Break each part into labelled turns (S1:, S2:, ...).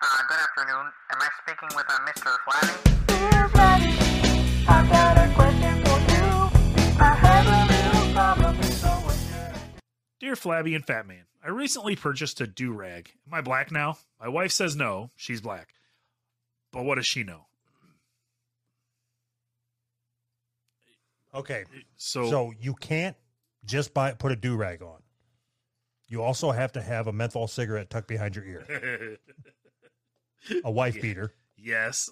S1: Uh, good afternoon. Am I speaking with uh, Mr. Flatty?
S2: Dear Freddy, I've got a question for you. I have a little problem, so what should I
S3: Dear Flabby and Fat Man, I recently purchased a do rag. Am I black now? My wife says no, she's black. But what does she know?
S4: Okay.
S3: So,
S4: So you can't just buy put a do rag on. You also have to have a menthol cigarette tucked behind your ear, a wife beater,
S3: yes.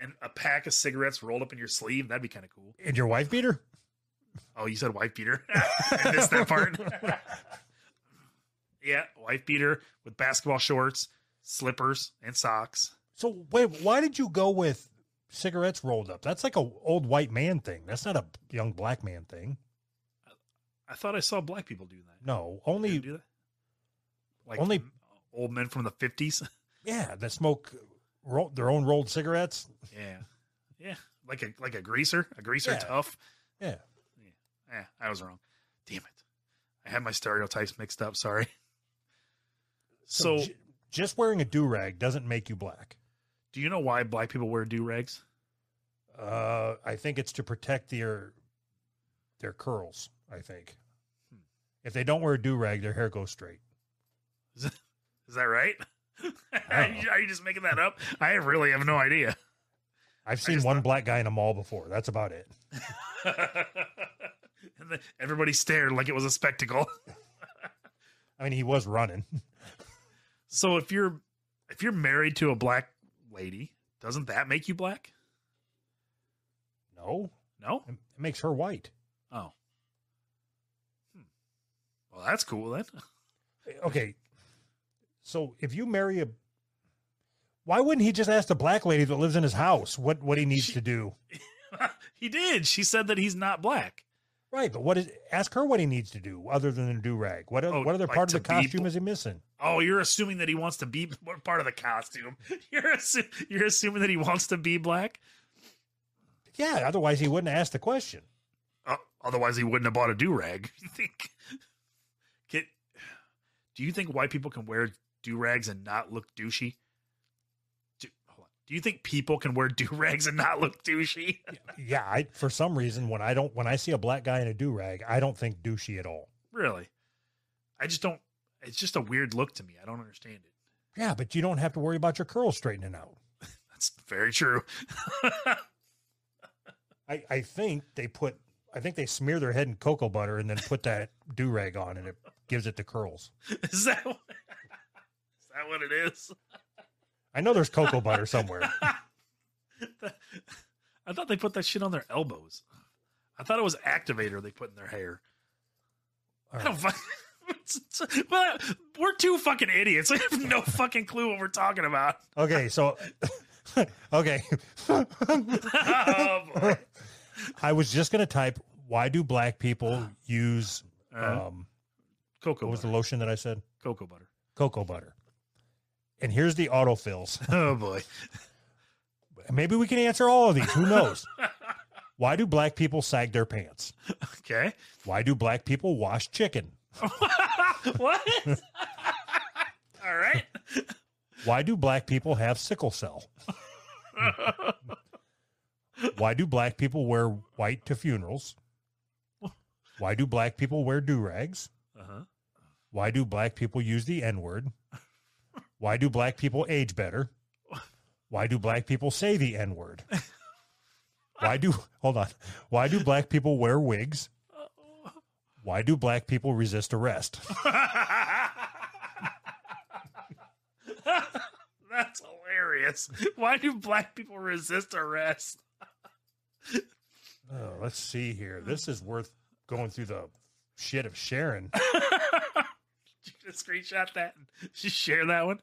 S3: And a pack of cigarettes rolled up in your sleeve, that'd be kind of cool.
S4: and your wife beater.
S3: Oh, you said wife beater. I missed that part. yeah, wife beater with basketball shorts, slippers, and socks.
S4: So wait, why did you go with cigarettes rolled up? That's like a old white man thing. That's not a young black man thing.
S3: I thought I saw black people do that.
S4: No,
S3: Do they
S4: only
S3: do that? Like
S4: only-
S3: m- old men from the fifties.
S4: yeah that smoke roll, their own rolled cigarettes.
S3: yeah, yeah, like a like a greaser, a greaser
S4: Yeah.
S3: tough.
S4: Yeah.
S3: Yeah, I was wrong. Damn it, I had my stereotypes mixed up. Sorry. So,
S4: j- just wearing a do rag doesn't make you black.
S3: do you know why black people wear do rags?
S4: Uh, I think it's to protect their their curls. I think
S3: Hmm.
S4: if they don't wear a do rag, their hair goes straight.
S3: Is that right? Are you, are you just making that up? I really have no idea.
S4: I've seen
S3: just
S4: one black guy in a mall before. That's about it.
S3: and then everybody stared like it was a spectacle.
S4: I mean, he was running.
S3: So if you're if you're married to a black lady, doesn't that make you black?
S4: No,
S3: No.
S4: it it makes her white.
S3: Oh. Hmm. Well, that's cool then.
S4: Okay, so if you marry a, why wouldn't he just ask the black lady that lives in his house what what he needs
S3: She-
S4: to do?
S3: he did. She said that he's not black.
S4: Right, but what is ask her what he needs to do other than a do rag? What
S3: Oh,
S4: what other
S3: like
S4: part of
S3: to
S4: the
S3: be
S4: costume
S3: bl-
S4: is he missing?
S3: Oh, you're assuming that he wants to be what part of the costume. You're assu- you're assuming that he wants to be black.
S4: Yeah, otherwise he wouldn't ask the question.
S3: Uh, otherwise, he wouldn't have bought a do rag. You think? Get, do you think white people can wear do rags and not look douchey? Do, hold on. do you think people can wear do rags and not look douchey?
S4: Yeah, I for some reason when I don't when I see a black guy in a do rag, I don't think douchey at all.
S3: really? I just don't. It's just a weird look to me. I don't understand it.
S4: Yeah, but you don't have to worry about your curls straightening out.
S3: That's very true.
S4: I, I think they put I think they smear their head in cocoa butter and then put that do rag on and it gives it the curls.
S3: is that what, is that what it is?
S4: I know there's cocoa butter somewhere.
S3: I thought they put that shit on their elbows. I thought it was activator they put in their hair.
S4: All
S3: I
S4: right.
S3: don't fucking. well, we're two fucking idiots. I have no fucking clue what we're talking about.
S4: Okay, so okay.
S3: oh, boy.
S4: I was just gonna type why do black people use
S3: Uh,
S4: um
S3: cocoa
S4: what was the
S3: butter.
S4: lotion that I said?
S3: cocoa butter.
S4: Cocoa butter. And here's the autofills.
S3: Oh boy.
S4: Maybe we can answer all of these. Who knows? Why do black people sag their pants?
S3: Okay.
S4: Why do black people wash chicken?
S3: what? All right.
S4: Why do black people have sickle cell?
S3: Uh-huh.
S4: Why do black people wear white to funerals? Why do black people wear do rags?
S3: Uh-huh.
S4: Why do black people use the N word? Why do black people age better? Why do black people say the N word? Why do, hold on, why do black people wear wigs? Why do black people resist arrest?
S3: That's hilarious. Why do black people resist arrest?
S4: Oh, let's see here. This is worth going through the shit of Sharon.
S3: Did you just screenshot that and just share that one?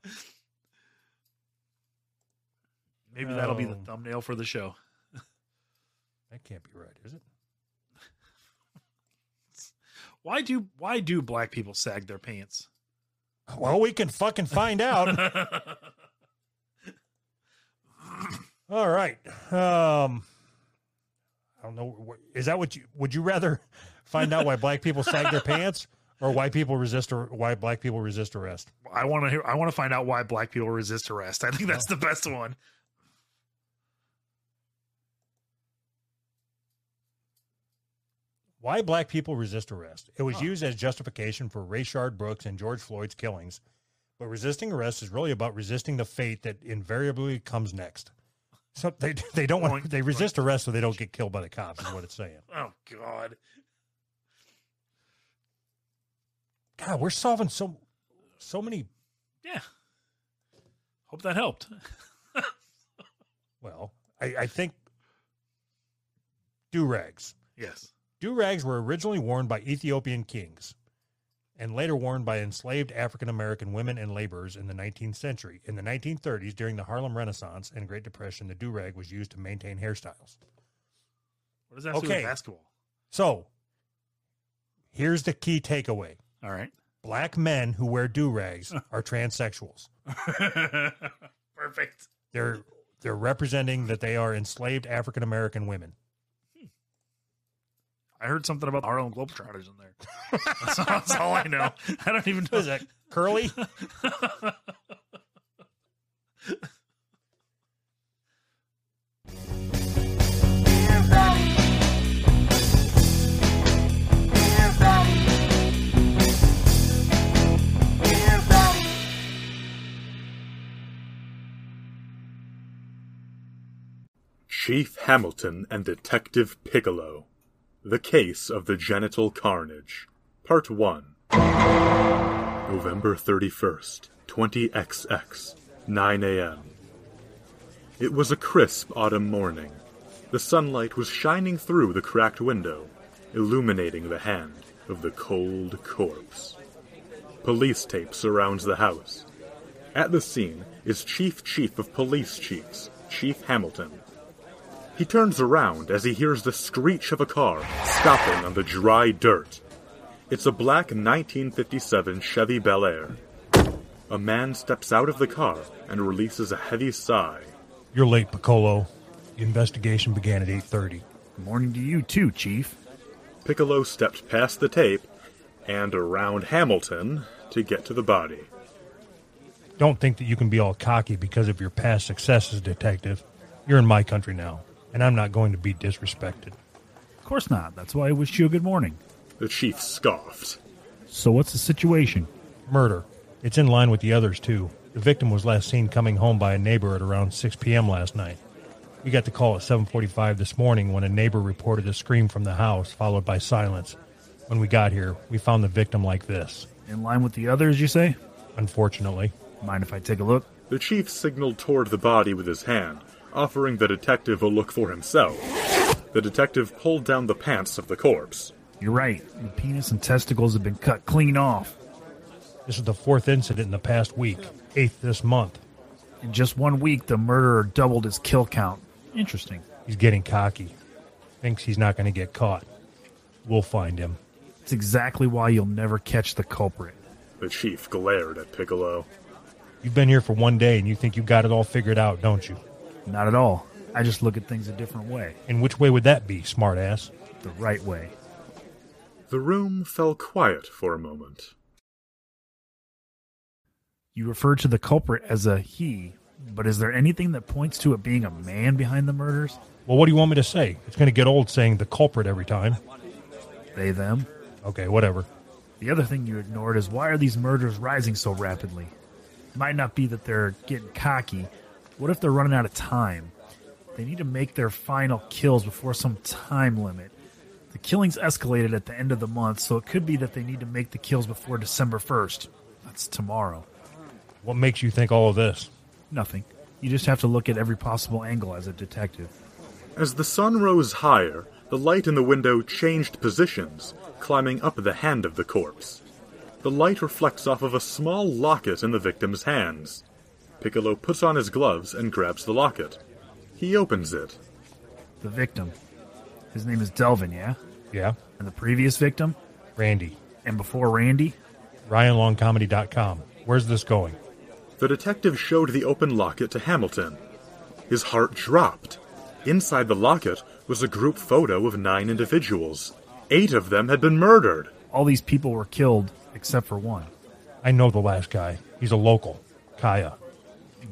S3: Maybe that'll be the
S4: Oh.
S3: thumbnail for the show.
S4: That can't be right, is it?
S3: Why do why do black people sag their pants?
S4: Well, we can fucking find out. All right. Um, I don't know. wh- Is that what you would you rather find out why black people sag their pants or why people resist or why black people resist arrest.
S3: I want to hear. I want to find out why black people resist arrest. I think that's the best one.
S4: Why black people resist arrest. It was used as justification for Rayshard Brooks and George Floyd's killings, but resisting arrest is really about resisting the fate that invariably comes next. So they they don't want
S3: Boink,
S4: they resist arrest so they don't get killed by the cops is what it's saying.
S3: Oh God.
S4: God, we're solving so so many
S3: Yeah. Hope that helped.
S4: well, I, I think do rags.
S3: Yes.
S4: Do rags were originally worn by Ethiopian kings and later worn by enslaved African American women and laborers in the 19th century. In the 1930s, during the Harlem Renaissance and Great Depression, the do rag was used to maintain hairstyles.
S3: What does that have to do
S4: Okay.
S3: with basketball?
S4: So here's the key takeaway
S3: All right.
S4: black men who wear do rags are transsexuals.
S3: Perfect.
S4: They're they're representing that they are enslaved African American women.
S3: I heard something about the Harlem Globetrotters in there. that's, all, that's all I know. I don't even know that.
S4: Curly?
S2: Dear Betty. Dear Betty. Dear Betty.
S5: Chief Hamilton and Detective Piccolo The Case of the Genital Carnage Part 1 November 31st, 20XX, 9 a.m. It was a crisp autumn morning. The sunlight was shining through the cracked window, illuminating the hand of the cold corpse. Police tape surrounds the house. At the scene is Chief Chief of Police Chiefs, Chief Hamilton, he turns around as he hears the screech of a car stopping on the dry dirt. It's a black 1957 Chevy Bel Air. A man steps out of the car and releases a heavy sigh.
S4: You're late, Piccolo. The investigation began at 8:30.
S3: Good morning to you too, Chief.
S5: Piccolo steps past the tape and around Hamilton to get to the body.
S4: Don't think that you can be all cocky because of your past successes, detective. You're in my country now, and I'm not going to be disrespected.
S3: Of course not. That's why I wished you a good morning.
S5: The chief scoffs.
S3: So what's the situation?
S4: Murder. It's in line with the others too. The victim was last seen coming home by a neighbor at around 6 p.m. last night. We got the call at 7:45 this morning when a neighbor reported a scream from the house followed by silence. When we got here, we found the victim like this.
S3: In line with the others, you say?
S4: Unfortunately,
S3: Mind if I take a look?
S5: The chief signaled toward the body with his hand, offering the detective a look for himself. The detective pulled down the pants of the corpse.
S3: You're right. The penis and testicles have been cut clean off.
S4: this is the fourth incident in the past week, eighth this month.
S3: In just one week, the murderer doubled his kill count. Interesting.
S4: He's getting cocky. Thinks he's not going to get caught. We'll find him.
S3: It's exactly why you'll never catch the culprit.
S5: The chief glared at Piccolo.
S4: You've been here for one day and you think you got it all figured out, don't you?
S3: Not at all. I just look at things a different way.
S4: And which way would that be, smartass?
S3: The right way.
S5: The room fell quiet for a moment.
S3: You refer to the culprit as a he, but is there anything that points to it being a man behind the murders?
S4: Well, what do you want me to say? It's going to get old saying the culprit every time.
S3: They, them?
S4: Okay, whatever.
S3: The other thing you ignored is why are these murders rising so rapidly? Might not be that they're getting cocky. What if they're running out of time? They need to make their final kills before some time limit. The killings escalated at the end of the month, so it could be that they need to make the kills before December 1st. That's tomorrow.
S4: What makes you think all of this?
S3: Nothing. You just have to look at every possible angle as a detective.
S5: As the sun rose higher, the light in the window changed positions, climbing up the hand of the corpse. The light reflects off of a small locket in the victim's hands. Piccolo puts on his gloves and grabs the locket. He opens it.
S3: The victim. His name is Delvin, yeah?
S4: Yeah,
S3: And the previous victim?
S4: Randy.
S3: And before Randy?
S4: RyanLongComedy.com. Where's this going?
S5: The detective showed the open locket to Hamilton. His heart dropped. Inside the locket was a group photo of nine individuals. Eight of them had been murdered.
S3: all these people were killed except for one.
S4: I know the last guy. He's a local, Kaya.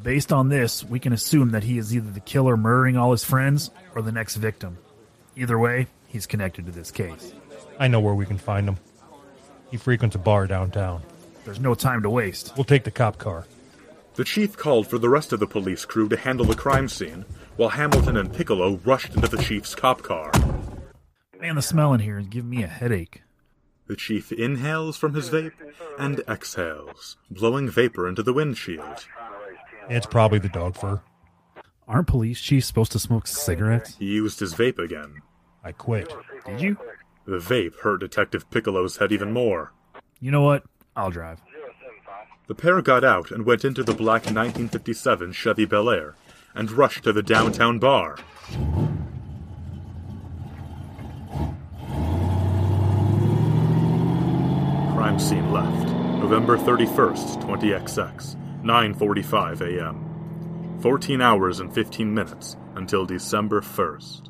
S3: Based on this, we can assume that he is either the killer murdering all his friends or the next victim. Either way, he's connected to this case.
S4: I know where we can find him. He frequents a bar downtown.
S3: There's no time to waste.
S4: We'll take the cop car.
S5: The chief called for the rest of the police crew to handle the crime scene, while Hamilton and Piccolo rushed into the chief's cop car.
S3: Man, the smell in here is giving me a headache.
S5: The chief inhales from his vape and exhales, blowing vapor into the windshield.
S4: It's probably the dog fur.
S3: Aren't police chiefs supposed to smoke cigarettes?
S5: He used his vape again.
S4: I quit.
S3: Did you?
S5: The vape hurt Detective Piccolo's head even more.
S3: You know what? I'll drive.
S5: The pair got out and went into the black 1957 Chevy Bel Air and rushed to the downtown bar. Crime scene left. November 31st, 20XX, 9:45 a.m. 14 hours and 15 minutes until December 1st.